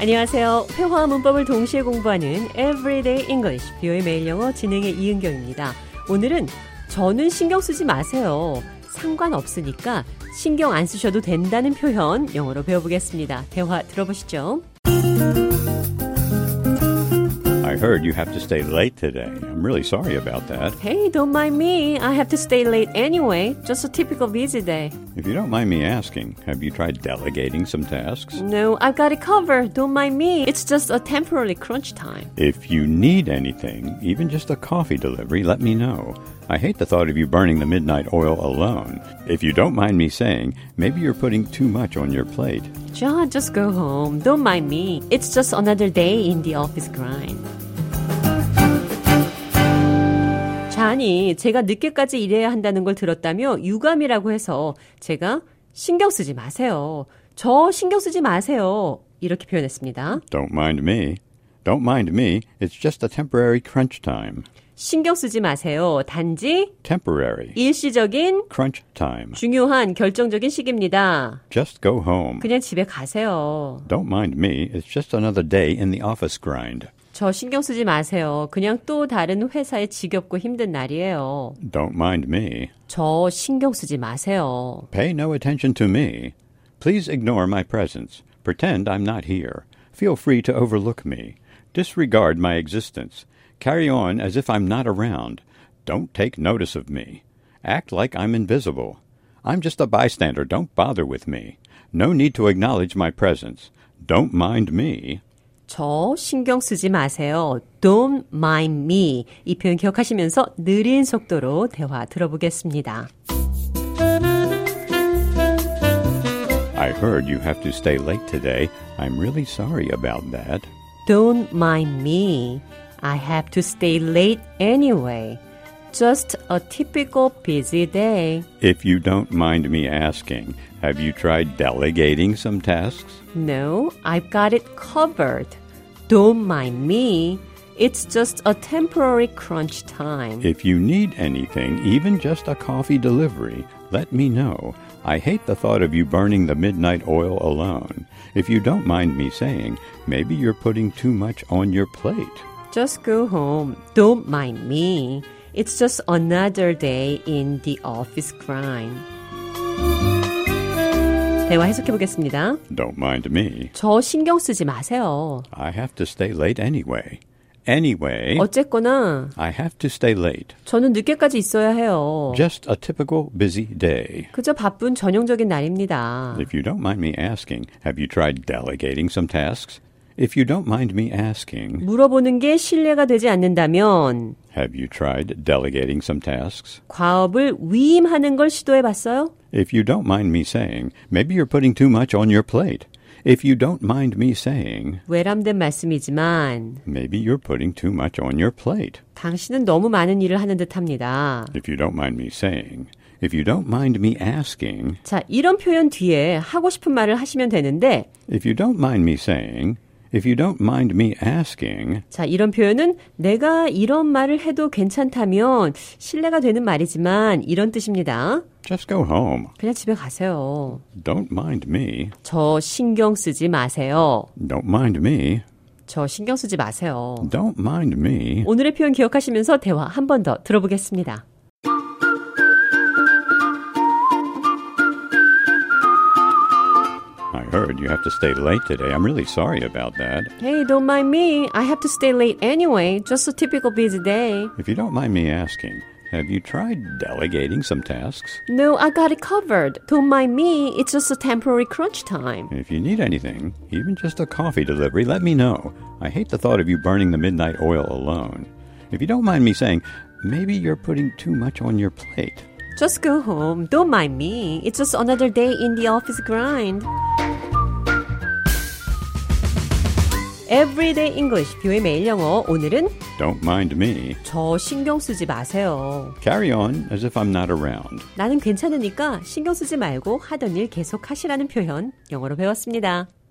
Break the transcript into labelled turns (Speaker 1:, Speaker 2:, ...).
Speaker 1: 안녕하세요. 회화와 문법을 동시에 공부하는 Everyday English, 비오의 매일 영어 진행의 이은경입니다. 오늘은 저는 신경 쓰지 마세요. 상관없으니까 신경 안 쓰셔도 된다는 표현 영어로 배워보겠습니다. 대화 들어보시죠.
Speaker 2: I heard you have to stay late today. I'm really sorry about that.
Speaker 1: Hey, don't mind me. I have to stay late anyway. Just a typical busy day.
Speaker 2: If you don't mind me asking, have you tried delegating some tasks?
Speaker 1: No, I've got it covered. Don't mind me. It's just a temporary crunch time.
Speaker 2: If you need anything, even just a coffee delivery, let me know. I hate the thought of you burning the midnight oil alone. If you don't mind me saying, maybe you're putting too much on your plate.
Speaker 1: John, just go home. Don't mind me. It's just another day in the office grind. 잔이 제가 늦게까지 일해야 한다는 걸 들었다며 유감이라고 해서 제가 신경 쓰지 마세요. 저 신경 쓰지 마세요. 이렇게 표현했습니다.
Speaker 2: Don't mind me. Don't mind me. It's just a temporary crunch time.
Speaker 1: 신경 쓰지 마세요. 단지
Speaker 2: Temporary.
Speaker 1: 일시적인
Speaker 2: Crunch time.
Speaker 1: 중요한 결정적인 시기입니다.
Speaker 2: Just go home.
Speaker 1: 그냥 집에 가세요.
Speaker 2: Don't mind me. It's just another day in the office grind.
Speaker 1: 저 신경 쓰지 마세요. 그냥 또 다른 회사에 지겹고 힘든 날이에요.
Speaker 2: Don't mind me.
Speaker 1: 저 신경 쓰지 마세요.
Speaker 2: Pay no attention to me. Please ignore my presence. Pretend I'm not here. Feel free to overlook me. Disregard my existence. Carry on as if I'm not around. Don't take notice of me. Act like I'm invisible. I'm just a bystander. Don't bother with me. No need to acknowledge my presence. Don't mind me.
Speaker 1: 저 신경 쓰지 마세요. Don't mind me. 이 표현 기억하시면서 느린 속도로 대화 들어보겠습니다.
Speaker 2: I heard you have to stay late today. I'm really sorry about that.
Speaker 1: Don't mind me. I have to stay late anyway. Just a typical busy day.
Speaker 2: If you don't mind me asking, have you tried delegating some tasks?
Speaker 1: No, I've got it covered. Don't mind me. It's just a temporary crunch time.
Speaker 2: If you need anything, even just a coffee delivery, let me know. I hate the thought of you burning the midnight oil alone. If you don't mind me saying, maybe you're putting too much on your plate.
Speaker 1: Just go home. Don't mind me. It's just another day in the office grind. 대화 해석해 보겠습니다.
Speaker 2: Don't mind me.
Speaker 1: 저 신경 쓰지 마세요.
Speaker 2: I have to stay late anyway. Anyway,
Speaker 1: Oh. 어쨌거나
Speaker 2: I have to stay late.
Speaker 1: 저는 늦게까지 있어야 해요.
Speaker 2: Just a typical busy day.
Speaker 1: 그저 바쁜 전형적인 날입니다.
Speaker 2: If you don't mind me asking, have you tried delegating some tasks? If you don't mind me asking,
Speaker 1: 물어보는 게 신뢰가 되지 않는다면
Speaker 2: have you tried delegating some tasks?
Speaker 1: 과업을 위임하는 걸 시도해 봤어요?
Speaker 2: If you don't mind me saying, maybe you're putting too much on your plate. If you don't mind me saying,
Speaker 1: 외람된 말씀이지만
Speaker 2: maybe you're putting too much on your plate.
Speaker 1: 당신은 너무 많은 일을 하는 듯합니다.
Speaker 2: If you don't mind me saying, if you don't mind me asking,
Speaker 1: 자, 이런 표현 뒤에 하고 싶은 말을 하시면 되는데
Speaker 2: if you don't mind me saying, if you don't mind me asking,
Speaker 1: 자, 이런 표현은 내가 이런 말을 해도 괜찮다면 신뢰가 되는 말이지만 이런 뜻입니다.
Speaker 2: just go home.
Speaker 1: 그냥 집에 가세요.
Speaker 2: Don't mind me.
Speaker 1: 저 신경 쓰지 마세요.
Speaker 2: Don't mind me.
Speaker 1: 저 신경 쓰지 마세요.
Speaker 2: Don't mind me.
Speaker 1: 오늘의 표현 기억하시면서 대화 한 번 더 들어보겠습니다.
Speaker 2: I heard you have to stay late today. I'm really sorry about that.
Speaker 1: Hey, don't mind me. I have to stay late anyway. Just a typical busy day.
Speaker 2: If you don't mind me asking, have you tried delegating some tasks?
Speaker 1: No, I got it covered. Don't mind me. It's just a temporary crunch time.
Speaker 2: If you need anything, even just a coffee delivery, let me know. I hate the thought of you burning the midnight oil alone. If you don't mind me saying, maybe you're putting too much on your plate.
Speaker 1: Just go home. Don't mind me. It's just another day in the office grind. Everyday English, 뷰의 매일 영어. 오늘은
Speaker 2: Don't mind me.
Speaker 1: 저 신경 쓰지 마세요.
Speaker 2: Carry on as if I'm not around.
Speaker 1: 나는 괜찮으니까 신경 쓰지 말고 하던 일 계속 하시라는 표현 영어로 배웠습니다.